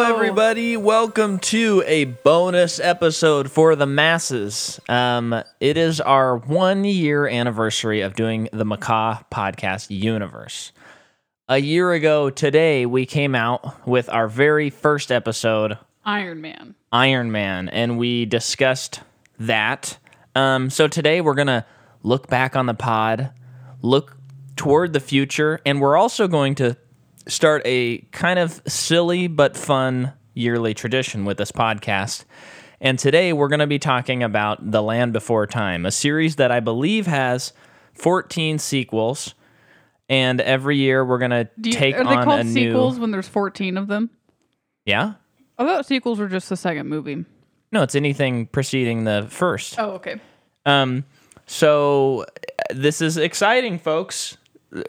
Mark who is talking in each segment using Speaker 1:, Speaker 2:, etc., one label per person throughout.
Speaker 1: everybody. Welcome to a bonus episode for the masses. Um, it is our one year anniversary of doing the Macaw Podcast Universe. A year ago today, we came out with our very first episode,
Speaker 2: Iron Man.
Speaker 1: Iron Man, and we discussed that. Um, so today we're gonna look back on the pod, look toward the future, and we're also going to start a kind of silly but fun yearly tradition with this podcast. And today we're gonna be talking about The Land Before Time, a series that I believe has 14 sequels. And every year we're gonna
Speaker 2: Do you,
Speaker 1: take
Speaker 2: are they
Speaker 1: on
Speaker 2: called
Speaker 1: a
Speaker 2: sequels
Speaker 1: new
Speaker 2: when there's 14 of them?
Speaker 1: yeah.
Speaker 2: I thought sequels were just the second movie.
Speaker 1: No, it's anything preceding the first.
Speaker 2: Oh, okay.
Speaker 1: Um, so uh, this is exciting, folks.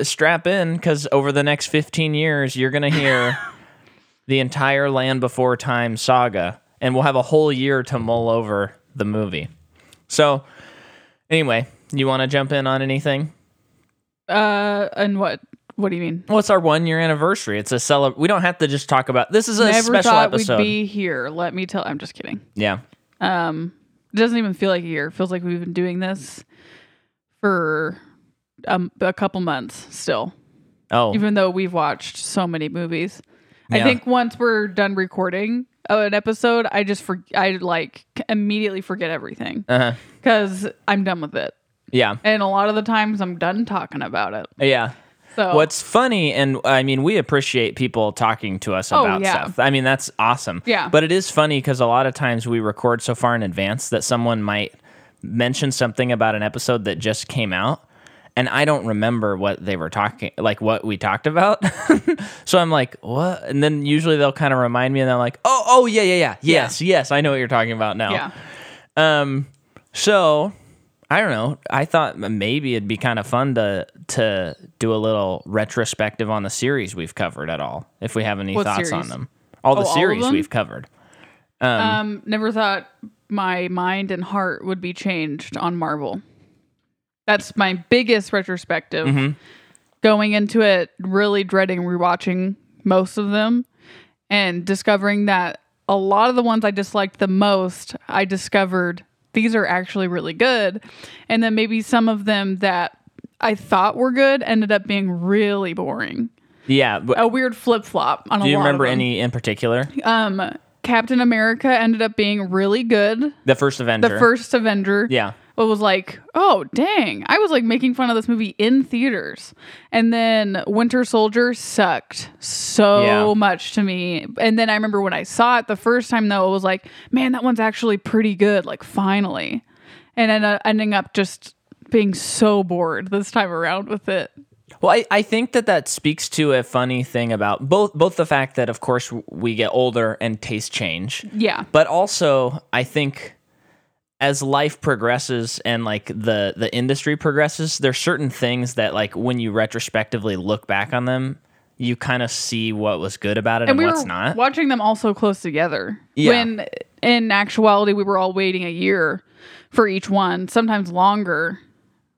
Speaker 1: Strap in because over the next 15 years, you're going to hear the entire Land Before Time saga, and we'll have a whole year to mull over the movie. So, anyway, you want to jump in on anything?
Speaker 2: Uh, and what? What do you mean?
Speaker 1: Well, it's our one year anniversary. It's a celebration. We don't have to just talk about this. Is a
Speaker 2: Never
Speaker 1: special
Speaker 2: thought
Speaker 1: episode.
Speaker 2: we'd be here. Let me tell. I'm just kidding.
Speaker 1: yeah.
Speaker 2: Um, it doesn't even feel like a year. It feels like we've been doing this for um, a couple months still,
Speaker 1: Oh,
Speaker 2: even though we've watched so many movies. I
Speaker 1: Yeah.
Speaker 2: think once we're done recording uh, an episode, I just for I like immediately forget everything
Speaker 1: uh-huh.
Speaker 2: because I'm done with it.
Speaker 1: yeah.
Speaker 2: and a lot of the times I'm done talking about it.
Speaker 1: Yeah.
Speaker 2: So
Speaker 1: What's funny, and I mean, we appreciate people talking to us
Speaker 2: Oh,
Speaker 1: about
Speaker 2: yeah.
Speaker 1: stuff. I mean, that's awesome.
Speaker 2: Yeah.
Speaker 1: But it is funny because a lot of times we record so far in advance that someone might mention something about an episode that just came out, and I don't remember what they were talking, like what we talked about. so I'm like, what? And then usually they'll kind of remind me, and they're like, oh, oh, yeah, yeah, yeah, yes, yes, I know what you're talking about now.
Speaker 2: yeah,
Speaker 1: Um, so I don't know. I thought m- maybe it'd be kind of fun to to do a little retrospective on the series we've covered at all, if we have any
Speaker 2: What
Speaker 1: thoughts on
Speaker 2: series?
Speaker 1: them. All the
Speaker 2: Oh, all of
Speaker 1: series
Speaker 2: them?
Speaker 1: we've covered.
Speaker 2: um, never thought my mind and heart would be changed on Marvel. That's my biggest retrospective. Going into it, really dreading rewatching most of them, and discovering that a lot of the ones I disliked the most, I discovered these are actually really good, and then maybe some of them that I thought were good ended up being really boring.
Speaker 1: Yeah. But
Speaker 2: a weird flip flop on a
Speaker 1: do you
Speaker 2: lot
Speaker 1: remember
Speaker 2: Oh, of them.
Speaker 1: any in particular?
Speaker 2: Um, Captain America ended up being really good.
Speaker 1: The first Avenger.
Speaker 2: The first Avenger.
Speaker 1: Yeah.
Speaker 2: It was like, oh dang! I was like making fun of this movie in theaters, and then Winter Soldier sucked so
Speaker 1: Yeah.
Speaker 2: much to me. And then I remember when I saw it the first time, though, it was like, man, that one's actually pretty good. Like finally, and then uh, ending up just being so bored this time around with it.
Speaker 1: Well, I, I think that that speaks to a funny thing about both both the fact that of course w- we get older and tastes change.
Speaker 2: Yeah.
Speaker 1: but also i think as life progresses and like the the industry progresses there's certain things that like when you retrospectively look back on them you kind of see what was good about it and,
Speaker 2: we
Speaker 1: what's
Speaker 2: were
Speaker 1: not
Speaker 2: watching them all so close together.
Speaker 1: Yeah.
Speaker 2: When in actuality, we were all waiting a year for each one, sometimes longer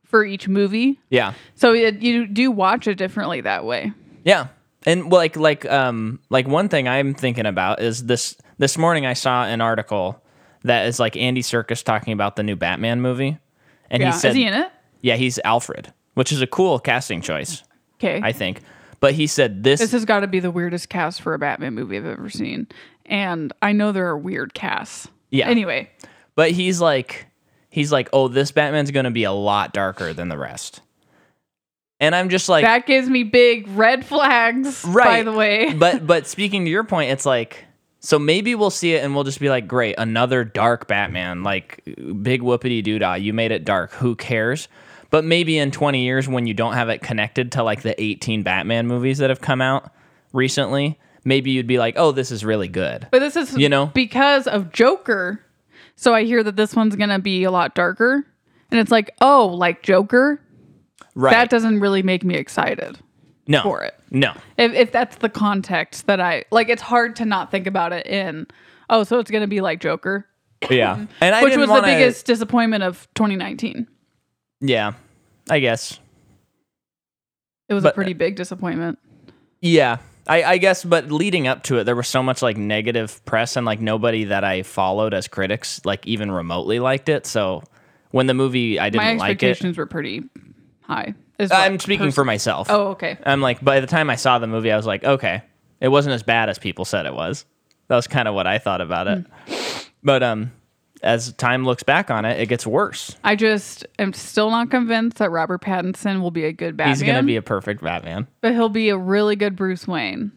Speaker 2: for each movie.
Speaker 1: yeah
Speaker 2: So it, you do watch it differently that way.
Speaker 1: yeah and well, like like um like one thing i'm thinking about is this this morning i saw an article that is like andy circus talking about the new batman movie and
Speaker 2: yeah.
Speaker 1: he said
Speaker 2: Is he in it?
Speaker 1: yeah he's alfred which is a cool casting choice
Speaker 2: Okay.
Speaker 1: i think but he said this
Speaker 2: this has got to be the weirdest cast for a Batman movie I've ever seen. And I know there are weird casts.
Speaker 1: Yeah.
Speaker 2: Anyway,
Speaker 1: But he's like, he's like, oh, this Batman's gonna be a lot darker than the rest. And I'm just like,
Speaker 2: that gives me big red flags,
Speaker 1: right.
Speaker 2: by the way.
Speaker 1: but but speaking to your point, it's like, so maybe we'll see it and we'll just be like, great, another dark Batman, like big whoopity doodah. You made it dark. Who cares? But maybe in 20 years, when you don't have it connected to like the 18 Batman movies that have come out recently, maybe you'd be like, oh, this is really good.
Speaker 2: But this is
Speaker 1: You know?
Speaker 2: because of Joker. So I hear that this one's gonna be a lot darker, and it's like, oh, like Joker.
Speaker 1: Right?
Speaker 2: That doesn't really make me excited.
Speaker 1: no.
Speaker 2: for it.
Speaker 1: No.
Speaker 2: If, if that's the context that I like, it's hard to not think about it in. Oh, so it's gonna be like Joker,
Speaker 1: Yeah. And I
Speaker 2: which
Speaker 1: didn't
Speaker 2: was the
Speaker 1: wanna-
Speaker 2: biggest disappointment of 2019.
Speaker 1: Yeah. I guess.
Speaker 2: It was a
Speaker 1: But- uh,
Speaker 2: pretty big disappointment.
Speaker 1: Yeah. I, I guess, but leading up to it, there was so much like negative press and like nobody that I followed as critics like even remotely liked it. So when the movie I
Speaker 2: My
Speaker 1: didn't like it,
Speaker 2: expectations were pretty high. is what
Speaker 1: I'm speaking
Speaker 2: pers-
Speaker 1: for myself.
Speaker 2: Oh, okay.
Speaker 1: I'm like, by the time I saw the movie, I was like, okay, it wasn't as bad as people said it was. That was kind of what I thought about it.
Speaker 2: Hmm.
Speaker 1: But um, as time looks back on it, it gets worse.
Speaker 2: I just am still not convinced that Robert Pattinson will be a good Batman.
Speaker 1: He's going to be a perfect Batman.
Speaker 2: but he'll be a really good Bruce Wayne.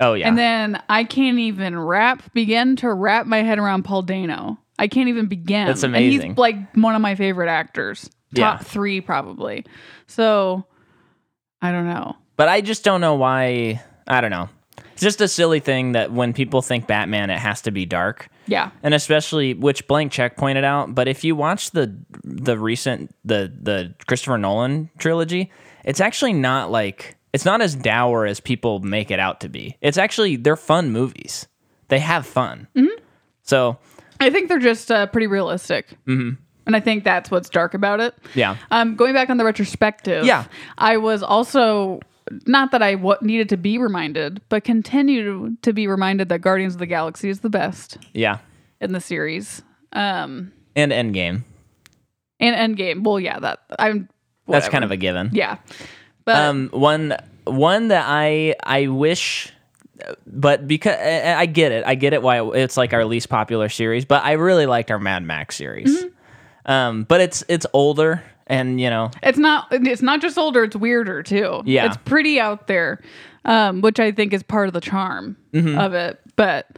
Speaker 1: Oh yeah,
Speaker 2: And then I can't even wrap, begin to wrap my head around Paul Dano. I can't even begin.
Speaker 1: That's
Speaker 2: And
Speaker 1: amazing.
Speaker 2: he's like one of my favorite actors. Top
Speaker 1: Yeah.
Speaker 2: three, probably. So I don't know.
Speaker 1: but I just don't know why. I don't know. It's just a silly thing that when people think Batman, it has to be dark.
Speaker 2: Yeah.
Speaker 1: and especially which blank check pointed out but if you watch the the recent the the christopher nolan trilogy it's actually not like it's not as dour as people make it out to be it's actually they're fun movies they have fun so
Speaker 2: I think they're just uh, pretty realistic. Mm-hmm. And I think that's what's dark about it.
Speaker 1: yeah
Speaker 2: Um, going back on the retrospective,
Speaker 1: Yeah.
Speaker 2: I was also not that I wa needed to be reminded, but continue to be reminded that Guardians of the Galaxy is the best
Speaker 1: yeah
Speaker 2: in the series. Um,
Speaker 1: and endgame
Speaker 2: and Endgame. Well, yeah, that I'm.
Speaker 1: that's
Speaker 2: whatever.
Speaker 1: kind of a given
Speaker 2: yeah, but
Speaker 1: um one one that i i wish but because I I get it, I get it why it's like our least popular series. But I really liked our Mad Max series.
Speaker 2: Mm-hmm.
Speaker 1: Um, but it's it's older, and you know,
Speaker 2: it's not. It's not just older. It's weirder too.
Speaker 1: Yeah.
Speaker 2: it's pretty out there, um, which I think is part of the charm
Speaker 1: Mm-hmm.
Speaker 2: of it. But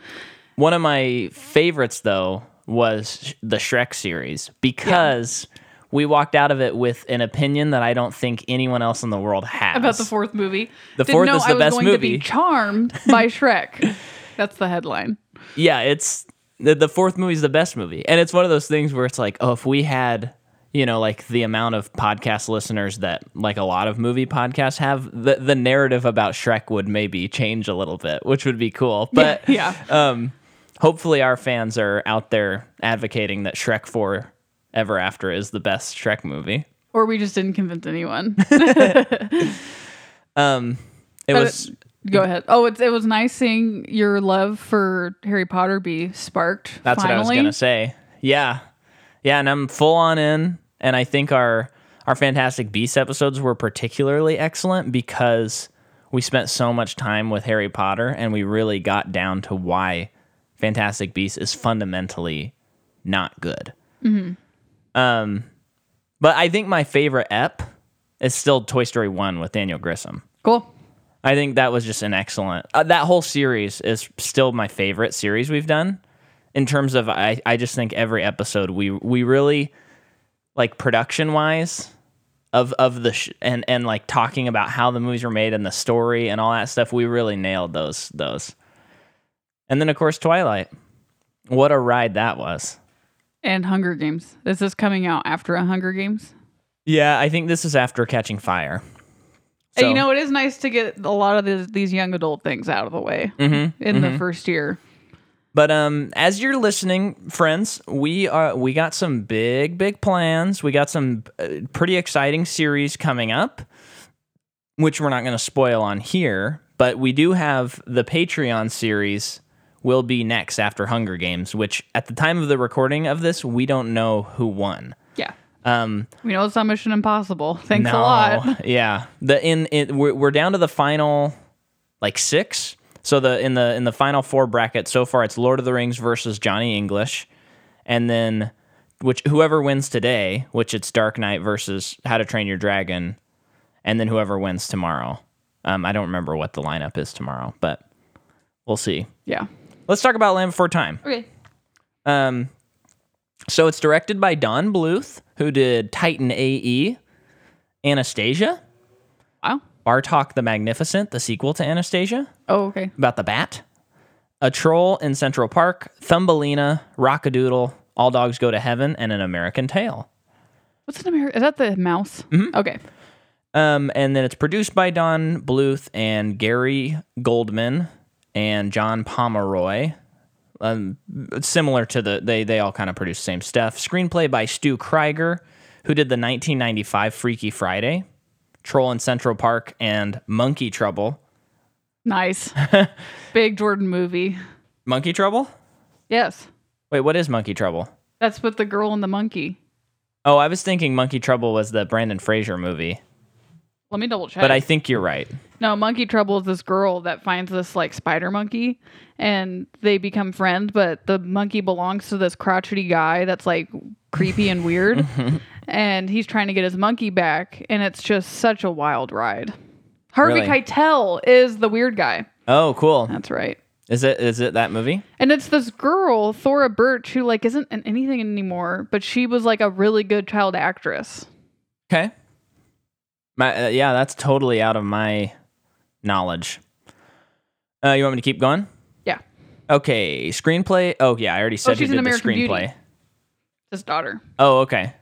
Speaker 1: One of my favorites, though, was Sh- the Shrek series because we walked out of it with an opinion that I don't think anyone else in the world has.
Speaker 2: about the fourth movie,
Speaker 1: The
Speaker 2: didn't
Speaker 1: fourth
Speaker 2: know
Speaker 1: is
Speaker 2: I
Speaker 1: the
Speaker 2: was
Speaker 1: best
Speaker 2: going to
Speaker 1: movie.
Speaker 2: be charmed by Shrek. That's the headline.
Speaker 1: yeah, it's the, the fourth movie is the best movie, and it's one of those things where it's like, oh, if we had. You know, like the amount of podcast listeners that, like a lot of movie podcasts have, the, the narrative about Shrek would maybe change a little bit, which would be cool. But
Speaker 2: yeah.
Speaker 1: um, hopefully our fans are out there advocating that Shrek 4 Ever After is the best Shrek movie.
Speaker 2: Or we just didn't convince anyone.
Speaker 1: It
Speaker 2: But
Speaker 1: was
Speaker 2: it- go ahead. Oh, it, it was nice seeing your love for Harry Potter be sparked.
Speaker 1: that's
Speaker 2: finally.
Speaker 1: what I was gonna say. Yeah, yeah, and I'm full on in, and I think our our Fantastic Beasts episodes were particularly excellent because we spent so much time with Harry Potter, and we really got down to why Fantastic Beasts is fundamentally not good. Um, but I think my favorite ep is still Toy Story One with Daniel Grissom.
Speaker 2: Cool.
Speaker 1: I think that was just an excellent. Uh, that whole series is still my favorite series we've done. In terms of, I, I just think every episode we we really like production wise of of the sh- and and like talking about how the movies were made and the story and all that stuff. We really nailed those those. And then of course Twilight. What a ride that was.
Speaker 2: And Hunger Games. Is this coming out after a Hunger Games?
Speaker 1: Yeah, I think this is after Catching Fire.
Speaker 2: And
Speaker 1: So-
Speaker 2: you know, it is nice to get a lot of these, these young adult things out of the way
Speaker 1: Mm-hmm,
Speaker 2: in the first year.
Speaker 1: But um, as you're listening, friends, we are we got some big, big plans. We got some uh, pretty exciting series coming up, which we're not going to spoil on here. But we do have the Patreon series will be next after Hunger Games, which at the time of the recording of this, we don't know who won.
Speaker 2: Yeah.
Speaker 1: Um,
Speaker 2: We know it's not Mission Impossible. Thanks a lot.
Speaker 1: yeah. The in it we're, we're down to the final like six. So the in the in the final four bracket so far it's Lord of the Rings versus Johnny English, and then which whoever wins today, which it's Dark Knight versus How to Train Your Dragon, and then whoever wins tomorrow. Um, I don't remember what the lineup is tomorrow, but we'll see.
Speaker 2: Yeah.
Speaker 1: Let's talk about Land Before Time.
Speaker 2: Okay.
Speaker 1: Um, so it's directed by Don Bluth, who did Titan A.E., Anastasia,
Speaker 2: Wow.
Speaker 1: Bartok the Magnificent, the sequel to Anastasia,
Speaker 2: Oh, okay.
Speaker 1: about the bat, A Troll in Central Park, Thumbelina, Rockadoodle, All Dogs Go to Heaven, and An American Tale.
Speaker 2: What's an American? Is that the mouse?
Speaker 1: Mm-hmm.
Speaker 2: Okay.
Speaker 1: Um, and then it's produced by Don Bluth and Gary Goldman and John Pomeroy. Um, similar to the they they all kind of produce the same stuff. Screenplay by Stu Krieger, who did the 1995 Freaky Friday, Troll in Central Park, and Monkey Trouble,
Speaker 2: Nice. Big Jordan movie.
Speaker 1: Monkey Trouble?
Speaker 2: Yes.
Speaker 1: Wait, what is Monkey Trouble?
Speaker 2: That's with the girl and the monkey.
Speaker 1: Oh, I was thinking Monkey Trouble was the Brandon Fraser movie,
Speaker 2: Let me double check.
Speaker 1: but I think you're right.
Speaker 2: No, Monkey Trouble is this girl that finds this like spider monkey and they become friends, but the monkey belongs to this crotchety guy that's like creepy and weird. and he's trying to get his monkey back, and it's just such a wild ride. Harvey
Speaker 1: Really?
Speaker 2: Keitel is the weird guy.
Speaker 1: Oh, cool.
Speaker 2: That's right.
Speaker 1: Is it is it that movie?
Speaker 2: And it's this girl, Thora Birch, who like isn't in anything anymore, but she was like a really good child actress.
Speaker 1: Okay. My, uh, yeah, that's totally out of my knowledge. Uh, you want me to keep going?
Speaker 2: Yeah.
Speaker 1: Okay, screenplay. Oh yeah, I already said
Speaker 2: she's
Speaker 1: who
Speaker 2: in
Speaker 1: did the
Speaker 2: American Beauty.
Speaker 1: screenplay.
Speaker 2: His daughter.
Speaker 1: Oh, okay.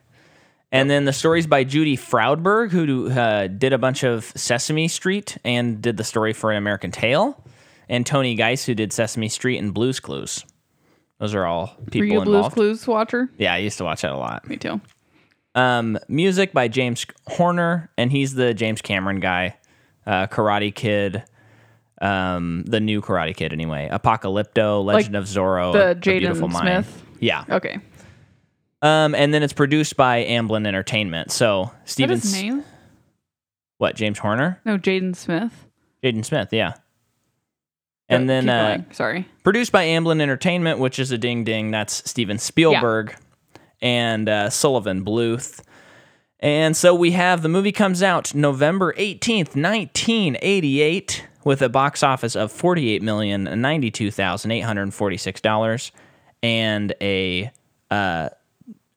Speaker 1: And then the stories by Judy Froudberg, who uh, did a bunch of Sesame Street and did the story for An American Tale, and Tony Geis, who did Sesame Street and Blue's Clues. Those are all
Speaker 2: Were
Speaker 1: people
Speaker 2: you a Blues
Speaker 1: involved.
Speaker 2: Clues watcher?
Speaker 1: Yeah, I used to watch that a lot.
Speaker 2: Me too.
Speaker 1: Um, music by James Horner, and he's the James Cameron guy, uh, Karate Kid, um, the new Karate Kid anyway. Apocalypto, Legend of Zorro,
Speaker 2: the
Speaker 1: A
Speaker 2: Jaden
Speaker 1: Oh, Beautiful Mind.
Speaker 2: Smith?
Speaker 1: Yeah,
Speaker 2: Okay.
Speaker 1: um, and then it's produced by Amblin Entertainment. So
Speaker 2: What
Speaker 1: Steven,
Speaker 2: is his name?
Speaker 1: what James Horner,
Speaker 2: No, Jaden Smith.
Speaker 1: Jaden Smith, yeah. And then
Speaker 2: Keep
Speaker 1: uh,
Speaker 2: going. sorry,
Speaker 1: produced by Amblin Entertainment, which is a ding ding. That's Steven Spielberg and uh, Sullivan Bluth. And so we have the movie comes out November 18th, 1988, with a box office of $48,092,846 and a uh,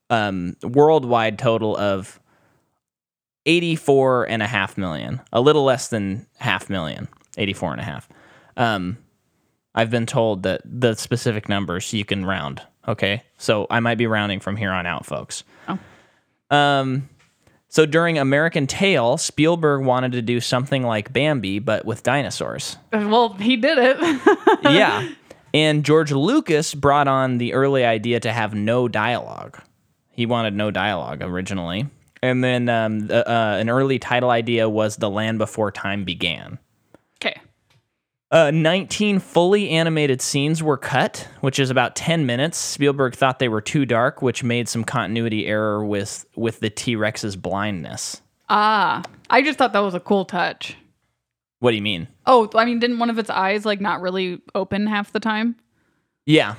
Speaker 1: um, worldwide total of 84 and a half million, a little less than half million, 84 and a half. Um, I've been told that the specific numbers you can round. Okay. So I might be rounding from here on out, folks. Um, so during American Tail, Spielberg wanted to do something like Bambi, but with dinosaurs.
Speaker 2: well, he did it.
Speaker 1: yeah. And George Lucas brought on the early idea to have no dialogue. He wanted no dialogue originally. And then um, the, uh, an early title idea was The Land Before Time Began.
Speaker 2: okay,
Speaker 1: Uh, 19 fully animated scenes were cut, which is about 10 minutes. Spielberg thought they were too dark, which made some continuity error with with the T-Rex's blindness.
Speaker 2: ah, I just thought that was a cool touch.
Speaker 1: What do you mean?
Speaker 2: Oh, I mean, didn't one of its eyes like not really open half the time?
Speaker 1: Yeah,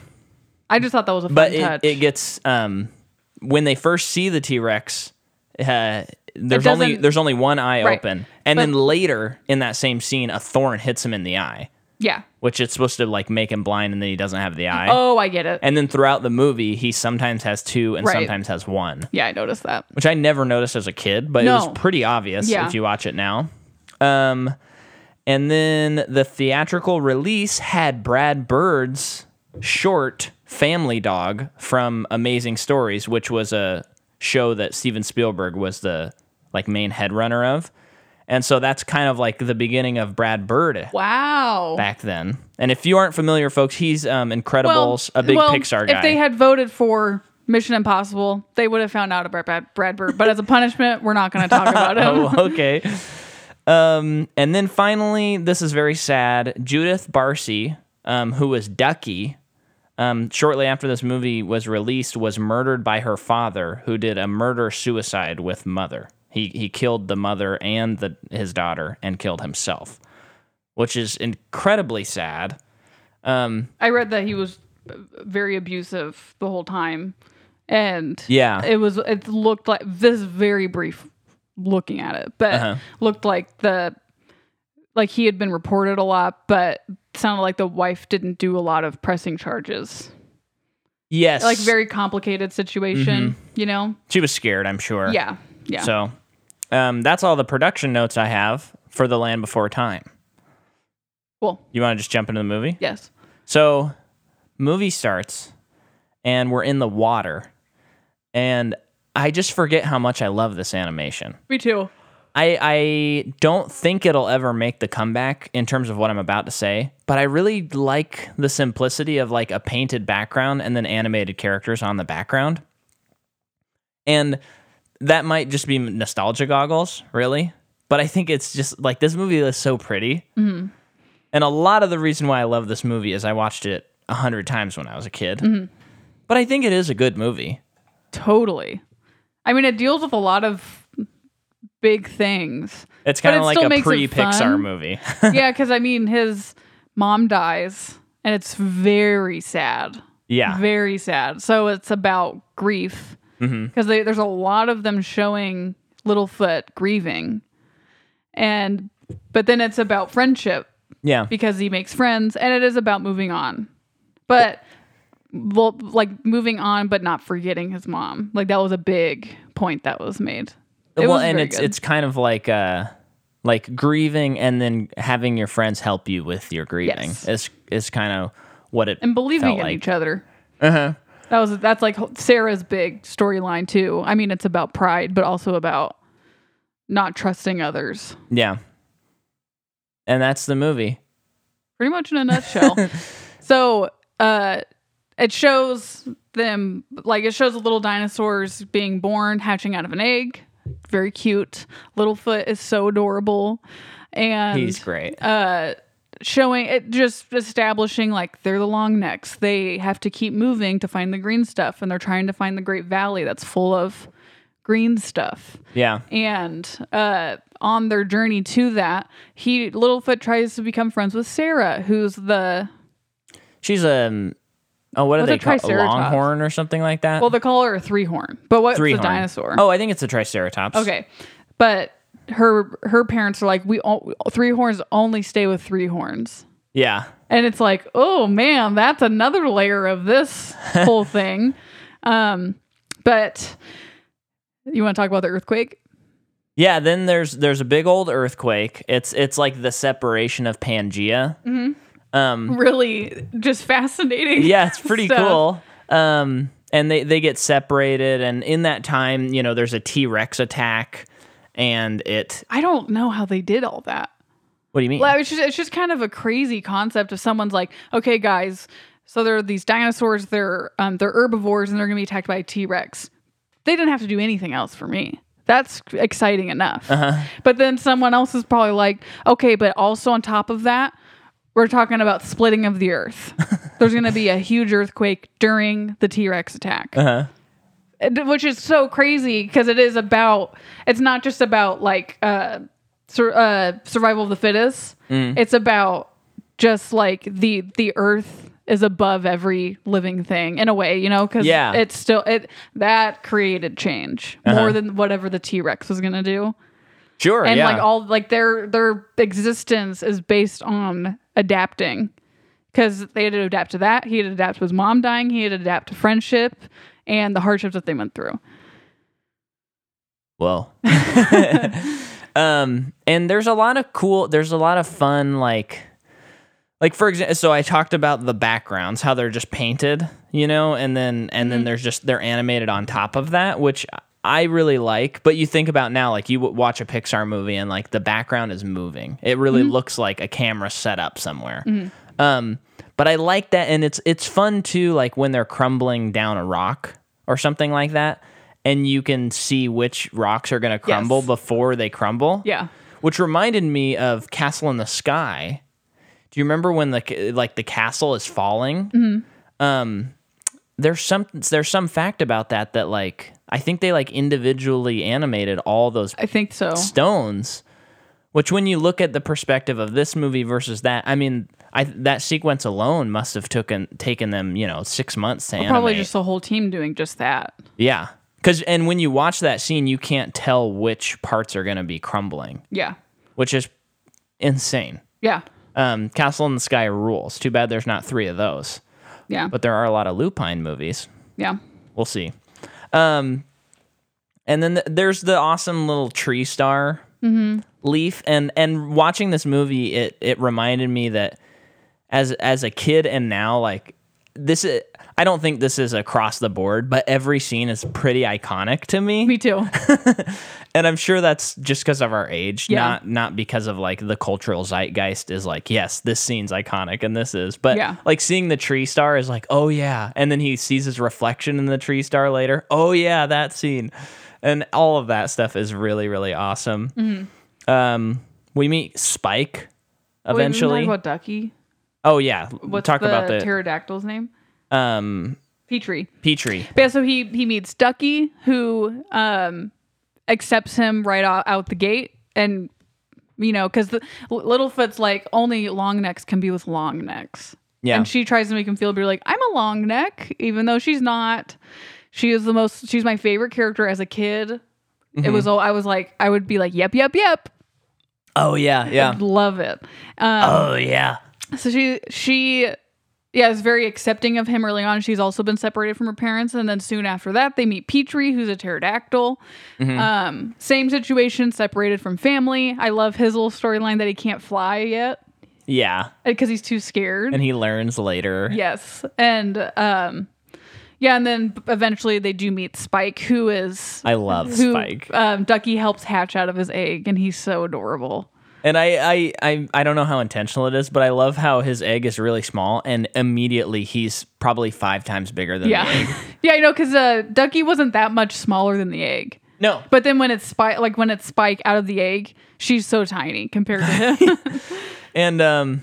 Speaker 2: I just thought that was a fun
Speaker 1: but it,
Speaker 2: touch.
Speaker 1: it gets um when they first see the T-Rex, uh, there's only
Speaker 2: doesn't-
Speaker 1: there's only one eye
Speaker 2: Right.
Speaker 1: open. And then later in that same scene, a thorn hits him in the eye,
Speaker 2: yeah.
Speaker 1: which it's supposed to like make him blind and then he doesn't have the eye.
Speaker 2: Oh, I get it.
Speaker 1: And then throughout the movie, he sometimes has two and
Speaker 2: Right.
Speaker 1: sometimes has one.
Speaker 2: yeah, I noticed that.
Speaker 1: which I never noticed as a kid, but it
Speaker 2: No.
Speaker 1: was pretty obvious
Speaker 2: Yeah.
Speaker 1: if you watch it now. Um, and then the theatrical release had Brad Bird's short Family Dog from Amazing Stories, which was a show that Steven Spielberg was the like main headrunner of. And so that's kind of like the beginning of Brad Bird
Speaker 2: Wow.
Speaker 1: back then. And if you aren't familiar, folks, he's um, Incredibles, a big
Speaker 2: well,
Speaker 1: Pixar guy.
Speaker 2: If they had voted for Mission Impossible, they would have found out about Brad, Brad Bird. But as a punishment, we're not going to talk about him.
Speaker 1: oh, okay. Um, and then finally, this is very sad. Judith Barcy, um, who was Ducky, um, shortly after this movie was released, was murdered by her father, who did a murder suicide with mother. He he killed the mother and the his daughter and killed himself, which is incredibly sad. Um,
Speaker 2: I read that he was uh, very abusive the whole time, and
Speaker 1: Yeah.
Speaker 2: it was it looked like this is very brief looking at it, but looked like the like he had been reported a lot, but sounded like the wife didn't do a lot of pressing charges.
Speaker 1: yes,
Speaker 2: Like very complicated situation, you know?
Speaker 1: she was scared. I'm sure.
Speaker 2: Yeah, yeah.
Speaker 1: So um, that's all the production notes I have for The Land Before Time.
Speaker 2: cool.
Speaker 1: You want to just jump into the movie?
Speaker 2: Yes.
Speaker 1: So, movie starts, and we're in the water, and I just forget how much I love this animation.
Speaker 2: Me too.
Speaker 1: I I don't think it'll ever make the comeback in terms of what I'm about to say, but I really like the simplicity of like a painted background and then animated characters on the background, and that might just be
Speaker 2: Mm-hmm.
Speaker 1: nostalgia goggles, really. But I think it's just like this movie is so pretty And a lot of the reason why I love this movie is I watched it a hundred times when I was a kid.
Speaker 2: Mm-hmm.
Speaker 1: But I think it is a good movie.
Speaker 2: Totally. I mean, it deals with a lot of big things.
Speaker 1: It's
Speaker 2: But
Speaker 1: kind
Speaker 2: it
Speaker 1: of like
Speaker 2: still
Speaker 1: a
Speaker 2: makes it
Speaker 1: pre Pixar
Speaker 2: fun.
Speaker 1: movie.
Speaker 2: yeah, because I mean, his mom dies, and it's very sad.
Speaker 1: yeah.
Speaker 2: Very sad. So it's about grief
Speaker 1: Mm-hmm.
Speaker 2: because there's a lot of them showing Littlefoot grieving, and but then it's about friendship
Speaker 1: Yeah.
Speaker 2: because he makes friends, and it is about moving on, but well, like moving on, but not forgetting his mom. Like that was a big point that was made. It
Speaker 1: well,
Speaker 2: was
Speaker 1: and
Speaker 2: very
Speaker 1: it's
Speaker 2: good.
Speaker 1: it's kind of like uh like grieving and then having your friends help you with your grieving
Speaker 2: Yes.
Speaker 1: is is kind of what it
Speaker 2: and believing
Speaker 1: felt
Speaker 2: in
Speaker 1: like.
Speaker 2: each other. Uh-huh. That was that's like Sarah's big storyline too. I mean, it's about pride, but also about not trusting others.
Speaker 1: Yeah. And that's the movie.
Speaker 2: Pretty much in a nutshell. so, uh, it shows them like it shows the little dinosaurs being born, hatching out of an egg. Very cute. Littlefoot is so adorable, and uh,
Speaker 1: He's great.
Speaker 2: showing it just establishing like they're the long necks they have to keep moving to find the green stuff and they're trying to find the great valley that's full of green stuff
Speaker 1: yeah.
Speaker 2: and uh on their journey to that he littlefoot tries to become friends with sarah who's the
Speaker 1: She's a Oh, what do
Speaker 2: What's a
Speaker 1: they call a
Speaker 2: triceratops?
Speaker 1: longhorn or something like that?
Speaker 2: well they call her a three horn but what's
Speaker 1: Three
Speaker 2: a dinosaur
Speaker 1: Oh, I think it's a triceratops.
Speaker 2: okay but her her parents are like we all three horns only stay with three horns
Speaker 1: Yeah.
Speaker 2: And it's like, oh man, that's another layer of this whole thing. Um, but you want to talk about the earthquake?
Speaker 1: Yeah, then there's there's a big old earthquake. It's it's like the separation of Pangea.
Speaker 2: Really just fascinating.
Speaker 1: Mm. Yeah, it's pretty
Speaker 2: stuff.
Speaker 1: cool. Um, and they they get separated, and in that time, you know, there's a T Rex attack, and it.
Speaker 2: I don't know how they did all that.
Speaker 1: What do you mean?
Speaker 2: Like, it's, just, it's just kind of a crazy concept of someone's like, okay, guys, so there are these dinosaurs, they're um, they're herbivores, and they're gonna be attacked by a T Rex. They didn't have to do anything else for me. That's exciting enough. But then someone else is probably like, okay, but also on top of that, we're talking about splitting of the earth. There's gonna be a huge earthquake during the T Rex attack and- which is so crazy because it is about it's not just about like uh, sur- uh survival of the fittest it's about just like the the earth is above every living thing in a way you know because
Speaker 1: Yeah.
Speaker 2: it's still it that created change more than whatever the t-rex was gonna do
Speaker 1: sure.
Speaker 2: and
Speaker 1: yeah.
Speaker 2: like all like their their existence is based on adapting because they had to adapt to that he had to adapt to his mom dying he had to adapt to friendship and the hardships that they went through
Speaker 1: Well. um, and there's a lot of cool. There's a lot of fun, like, like for example. So I talked about the backgrounds, how they're just painted, you know, and then and then there's just they're animated on top of that, which I really like. But you think about now, like you w- watch a Pixar movie and like the background is moving. It really looks like a camera set up somewhere. Um, but I like that, and it's it's fun too, like when they're crumbling down a rock or something like that, and you can see which rocks are going to crumble before they crumble.
Speaker 2: yeah
Speaker 1: which reminded me of Castle in the Sky. Do you remember when the ca- like the castle is falling? Um,
Speaker 2: Mm-hmm.
Speaker 1: there's some there's some fact about that that like I think they like individually animated all those
Speaker 2: i think so
Speaker 1: stones which when you look at the perspective of this movie versus that i mean I, that sequence alone must have taken taken them you know six months to animate
Speaker 2: probably just the whole team doing just that
Speaker 1: yeah because and when you watch that scene you can't tell which parts are going to be crumbling
Speaker 2: yeah
Speaker 1: which is insane
Speaker 2: yeah
Speaker 1: um, castle in the sky rules too bad there's not three of those
Speaker 2: yeah
Speaker 1: but there are a lot of lupine movies
Speaker 2: yeah
Speaker 1: we'll see. Um, and then th- there's the awesome little tree star leaf, and and watching this movie, it it reminded me that as as a kid and now, like this, is, I don't think this is across the board, but every scene is pretty iconic to me,
Speaker 2: me too
Speaker 1: and I'm sure that's just because of our age,
Speaker 2: Yeah.
Speaker 1: not not because of like the cultural zeitgeist is like, yes, this scene's iconic, and this is, but
Speaker 2: Yeah.
Speaker 1: like seeing the tree star is like, oh yeah, and then he sees his reflection in the tree star later, oh yeah, that scene, and all of that stuff is really really awesome. Um, we meet Spike,
Speaker 2: Mm-hmm. Wait, didn't we talk
Speaker 1: eventually.
Speaker 2: about Ducky.
Speaker 1: oh yeah,
Speaker 2: What's
Speaker 1: talk
Speaker 2: the
Speaker 1: about the
Speaker 2: pterodactyl's name?
Speaker 1: um
Speaker 2: Petrie.
Speaker 1: Petrie.
Speaker 2: But yeah, so he he meets Ducky, who um accepts him right o- out the gate, and you know, because Littlefoot's like only long necks can be with long necks,
Speaker 1: Yeah,
Speaker 2: and she tries to make him feel be like I'm a long neck, even though she's not. She is the most. She's my favorite character as a kid.
Speaker 1: Mm-hmm.
Speaker 2: It was all I was like I would be like yep yep yep
Speaker 1: oh yeah, yeah.
Speaker 2: love it. Um,
Speaker 1: Oh yeah.
Speaker 2: so she she yeah is very accepting of him early on she's also been separated from her parents and then soon after that they meet petrie who's a pterodactyl
Speaker 1: Mm-hmm.
Speaker 2: um, same situation separated from family i love his little storyline that he can't fly yet
Speaker 1: Yeah.
Speaker 2: because he's too scared
Speaker 1: And he learns later.
Speaker 2: yes and um, yeah and then eventually they do meet spike who is
Speaker 1: I love
Speaker 2: who
Speaker 1: Spike.
Speaker 2: um, ducky helps hatch out of his egg and he's so adorable
Speaker 1: And I, I, I, I don't know how intentional it is, but I love how his egg is really small, and immediately he's probably five times bigger than the egg.
Speaker 2: yeah yeah you know because uh, ducky wasn't that much smaller than the egg
Speaker 1: No,
Speaker 2: But then when it's spike, like when it's Spike out of the egg, she's so tiny compared to him.
Speaker 1: and um,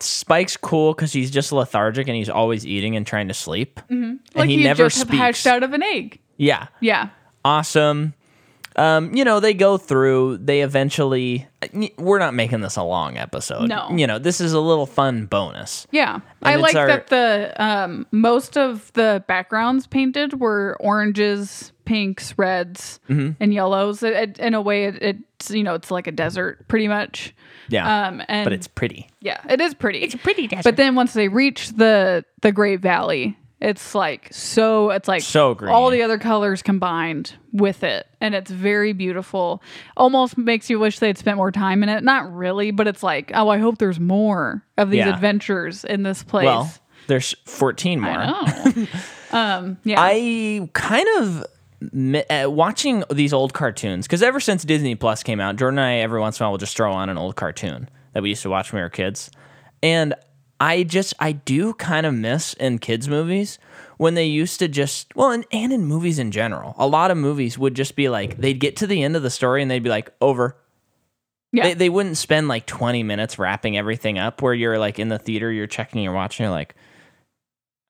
Speaker 1: Spike's cool because he's just lethargic and he's always eating and trying to sleep, and
Speaker 2: Mm-hmm. like
Speaker 1: he,
Speaker 2: you
Speaker 1: never
Speaker 2: just hatched
Speaker 1: speaks.
Speaker 2: out of an egg.
Speaker 1: yeah,
Speaker 2: Yeah,
Speaker 1: awesome. Um, you know, they go through. They eventually. We're not making this a long episode.
Speaker 2: No.
Speaker 1: you know, this is a little fun bonus.
Speaker 2: yeah. I
Speaker 1: it's
Speaker 2: like
Speaker 1: our-
Speaker 2: that the um, most of the backgrounds painted were oranges, pinks, reds,
Speaker 1: Mm-hmm.
Speaker 2: and yellows. It, it- in a way, it, it's you know it's like a desert pretty much.
Speaker 1: Yeah,
Speaker 2: Um, and
Speaker 1: Ah, but it's pretty.
Speaker 2: yeah, it is pretty. It's
Speaker 1: pretty desert.
Speaker 2: But then once they reach the the Great Valley, it's like so it's like
Speaker 1: So green.
Speaker 2: All the other colors combined with it, and it's very beautiful. Almost makes you wish they'd spent more time in it. Not really, but it's like, oh, I hope there's more of these
Speaker 1: Yeah.
Speaker 2: adventures in this place.
Speaker 1: Well, there's 14 more.
Speaker 2: oh. um, yeah.
Speaker 1: I kind of mi- uh, watching these old cartoons because ever since Disney Plus came out, Jordan and I every once in a while will just throw on an old cartoon that we used to watch when we were kids, and I just I do kind of miss in kids movies when they used to just well and, and in movies in general a lot of movies would just be like they'd get to the end of the story and they'd be like over
Speaker 2: Yeah.
Speaker 1: they, they wouldn't spend like 20 minutes wrapping everything up where you're like in the theater you're checking your watch and you're like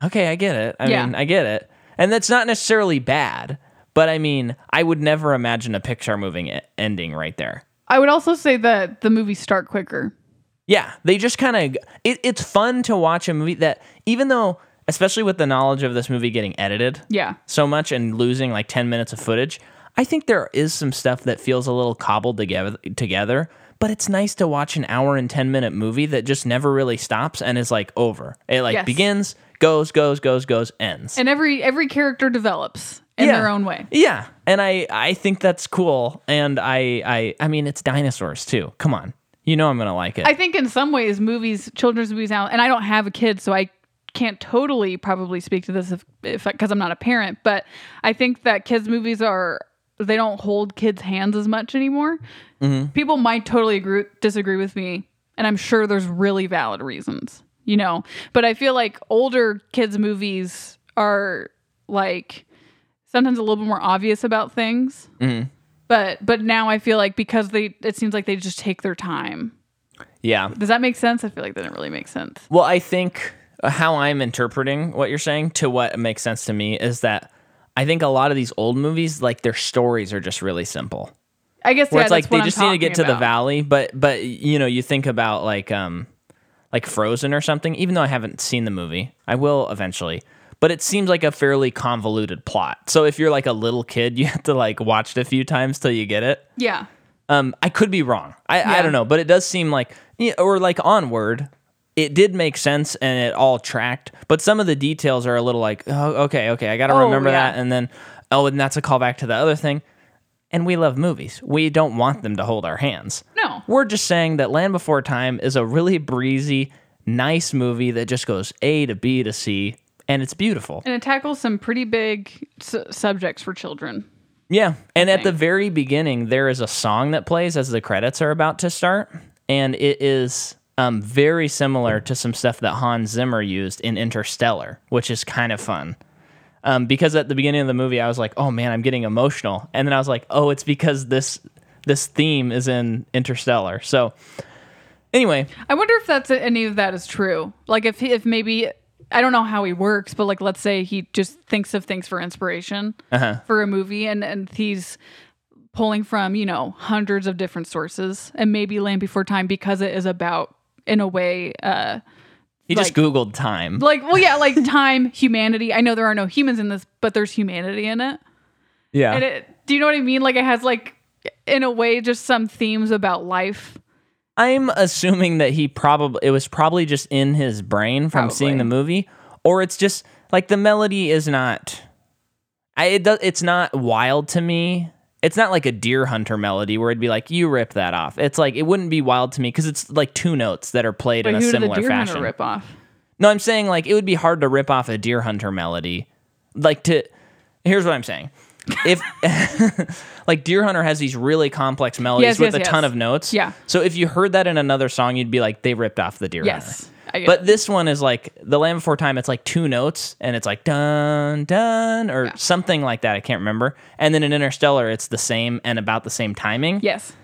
Speaker 1: okay i get it i
Speaker 2: Yeah.
Speaker 1: mean i get it and that's not necessarily bad but i mean i would never imagine a pixar moving e- ending right there
Speaker 2: I would also say that the movies start quicker.
Speaker 1: yeah they just kind of it, it's fun to watch a movie that even though especially with the knowledge of this movie getting edited
Speaker 2: Yeah.
Speaker 1: so much and losing like 10 minutes of footage i think there is some stuff that feels a little cobbled together together but it's nice to watch an hour and 10 minute movie that just never really stops and is like over it like
Speaker 2: Yes.
Speaker 1: begins goes goes goes goes ends
Speaker 2: And every every character develops in
Speaker 1: Yeah.
Speaker 2: their own way.
Speaker 1: yeah and i i think that's cool and i i i mean it's dinosaurs too come on you know i'm gonna like it
Speaker 2: I think in some ways, movies, children's movies now, and I don't have a kid, so I can't totally probably speak to this if because I'm not a parent, but I think that kids' movies are they don't hold kids' hands as much anymore. People might totally agree, disagree with me, and I'm sure there's really valid reasons, you know. But I feel like older kids' movies are like sometimes a little bit more obvious about things. But but now I feel like because they it seems like they just take their time
Speaker 1: yeah
Speaker 2: does that make sense? I feel like that didn't really make sense.
Speaker 1: Well, I think how I'm interpreting what you're saying to what makes sense to me is that I think a lot of these old movies, like their stories are just really simple.
Speaker 2: I guess
Speaker 1: Where
Speaker 2: yeah,
Speaker 1: it's like
Speaker 2: that's what
Speaker 1: they
Speaker 2: I'm
Speaker 1: just need to
Speaker 2: talking
Speaker 1: get to the
Speaker 2: about.
Speaker 1: valley, but but you know, you think about like um like Frozen or something, even though I haven't seen the movie. I will eventually. But it seems like a fairly convoluted plot. So if you're like a little kid, you have to like watch it a few times till you get it.
Speaker 2: Yeah,
Speaker 1: Um, I could be wrong. I, I
Speaker 2: Yeah.
Speaker 1: don't know, but it does seem like, yeah, or like onward, it did make sense and it all tracked. But some of the details are a little like, oh, okay, okay, I got to
Speaker 2: Oh,
Speaker 1: remember
Speaker 2: yeah.
Speaker 1: that, and then, oh, and that's a callback to the other thing. And we love movies. We don't want them to hold our hands.
Speaker 2: No.
Speaker 1: we're just saying that Land Before Time is a really breezy, nice movie that just goes A to B to C, and it's beautiful.
Speaker 2: and it tackles some pretty big su- subjects for children.
Speaker 1: Yeah. And at the very beginning, there is a song that plays as the credits are about to start. And it is um, very similar to some stuff that Hans Zimmer used in Interstellar, which is kind of fun. Um, because at the beginning of the movie, I was like, oh man, I'm getting emotional. And then I was like, oh, it's because this this theme is in Interstellar. So Anyway,
Speaker 2: I wonder if that's any of that is true. Like if he, if maybe I don't know how he works, but like let's say he just thinks of things for inspiration
Speaker 1: Uh-huh.
Speaker 2: for a movie, and and he's pulling from you know hundreds of different sources, and maybe Land Before Time because it is about in a way. uh
Speaker 1: he just
Speaker 2: Like-
Speaker 1: Googled time.
Speaker 2: like well yeah like time humanity i know there are no humans in this but there's humanity in it
Speaker 1: yeah.
Speaker 2: and it do you know what i mean like it has like in a way just some themes about life
Speaker 1: I'm assuming that he probably it was probably just in his brain from seeing the movie, or it's just like the melody is not. I it does it's not wild to me. It's not like a deer hunter melody where it'd be like you ripped that off. It's like it wouldn't be wild to me because it's like two notes that are played
Speaker 2: but
Speaker 1: in a
Speaker 2: who did the
Speaker 1: similar
Speaker 2: deer
Speaker 1: fashion.
Speaker 2: hunter rip off
Speaker 1: No, I'm saying like it would be hard to rip off a Deer Hunter melody. Like to here's what I'm saying. If like Deer Hunter has these really complex melodies
Speaker 2: Yes,
Speaker 1: with
Speaker 2: yes,
Speaker 1: a ton
Speaker 2: yes.
Speaker 1: of notes.
Speaker 2: Yeah.
Speaker 1: So if you heard that in another song, you'd be like, they ripped off the Deer
Speaker 2: yes
Speaker 1: Hunter.
Speaker 2: I get
Speaker 1: But
Speaker 2: it.
Speaker 1: this one is like the Land Before Time, it's like two notes and it's like dun dun or something like that. I can't remember. And then in Interstellar, it's the same and about the same timing.
Speaker 2: yes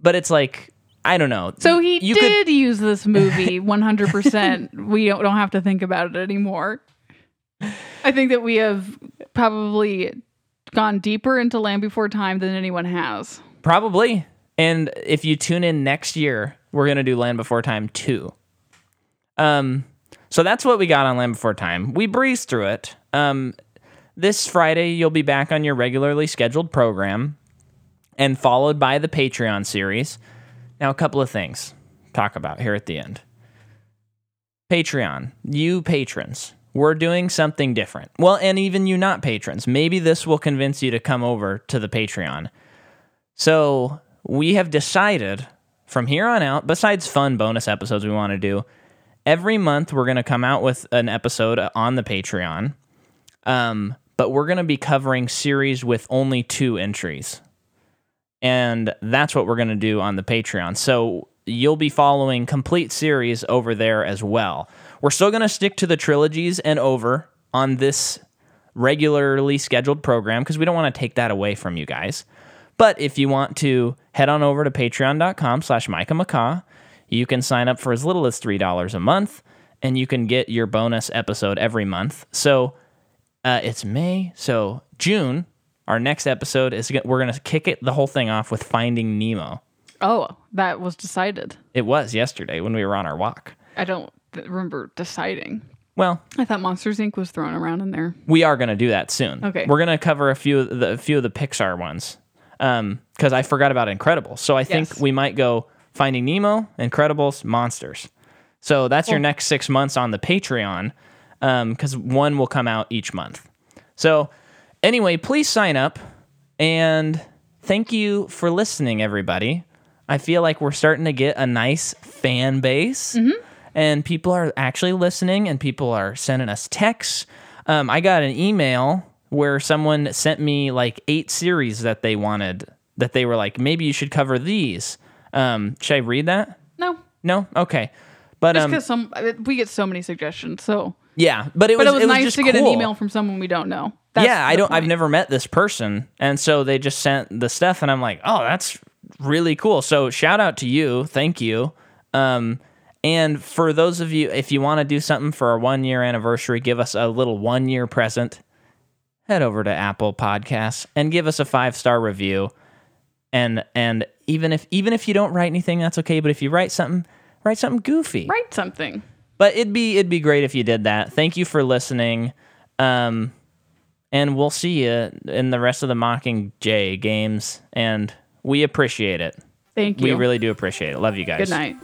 Speaker 1: But it's like I don't know.
Speaker 2: so he
Speaker 1: you could
Speaker 2: did use this movie 100% we don't, don't have to think about it anymore i think that we have probably gone deeper into land before time than anyone has
Speaker 1: Probably. And if you tune in next year, we're gonna do Land Before Time two. Um, so that's what we got on Land Before Time. We breezed through it. Um, this Friday you'll be back on your regularly scheduled program, and followed by the Patreon series. Now, a couple of things to talk about here at the end. Patreon, you patrons, we're doing something different. Well, and even you not patrons, maybe this will convince you to come over to the Patreon. So we have decided from here on out, besides fun bonus episodes we want to do, every month we're going to come out with an episode on the Patreon. Um, but we're going to be covering series with only two entries. And that's what we're going to do on the Patreon. So you'll be following complete series over there as well. We're still going to stick to the trilogies and over on this regularly scheduled program because we don't want to take that away from you guys. But if you want to head on over to patreon.com slash Micah McCaw, you can sign up for as little as $3 a month and you can get your bonus episode every month. So uh, it's May. So June, our next episode is go- we're going to kick it the whole thing off with Finding Nemo.
Speaker 2: oh that was decided
Speaker 1: It was yesterday when we were on our walk.
Speaker 2: I don't th- remember deciding.
Speaker 1: Well,
Speaker 2: I thought Monsters Inc. was thrown around in there.
Speaker 1: we are going to do that soon.
Speaker 2: Okay.
Speaker 1: We're going to cover a few of the a few of the Pixar ones. Um, cuz I forgot about Incredibles. So I think
Speaker 2: Yes.
Speaker 1: we might go Finding Nemo, Incredibles, Monsters. So that's your next 6 months on the Patreon um cuz one will come out each month. So anyway, please sign up and thank you for listening everybody. I feel like we're starting to get a nice fan base
Speaker 2: Mm-hmm.
Speaker 1: and people are actually listening and people are sending us texts. Um, I got an email where someone sent me like eight series that they wanted that they were like, maybe you should cover these. Um, should I read that?
Speaker 2: No,
Speaker 1: No? Okay. But
Speaker 2: just
Speaker 1: um,
Speaker 2: because some I mean, we get so many suggestions. So,
Speaker 1: yeah, but it
Speaker 2: but
Speaker 1: was,
Speaker 2: it was,
Speaker 1: was
Speaker 2: nice
Speaker 1: just
Speaker 2: to get an
Speaker 1: cool.
Speaker 2: email from someone we don't know.
Speaker 1: yeah, I
Speaker 2: the
Speaker 1: don't. I've
Speaker 2: point.
Speaker 1: never met this person, and so they just sent the stuff, and I'm like, oh, that's really cool. So shout out to you, thank you. Um, and for those of you, if you want to do something for our one year anniversary, give us a little one year present. Head over to Apple Podcasts and give us a five star review. And and even if even if you don't write anything, that's okay. But if you write something, write something goofy.
Speaker 2: write something.
Speaker 1: But it'd be it'd be great if you did that. Thank you for listening. Um and we'll see you in the rest of the Mocking J games and we appreciate it.
Speaker 2: Thank you.
Speaker 1: We really do appreciate it. Love you guys.
Speaker 2: Good night.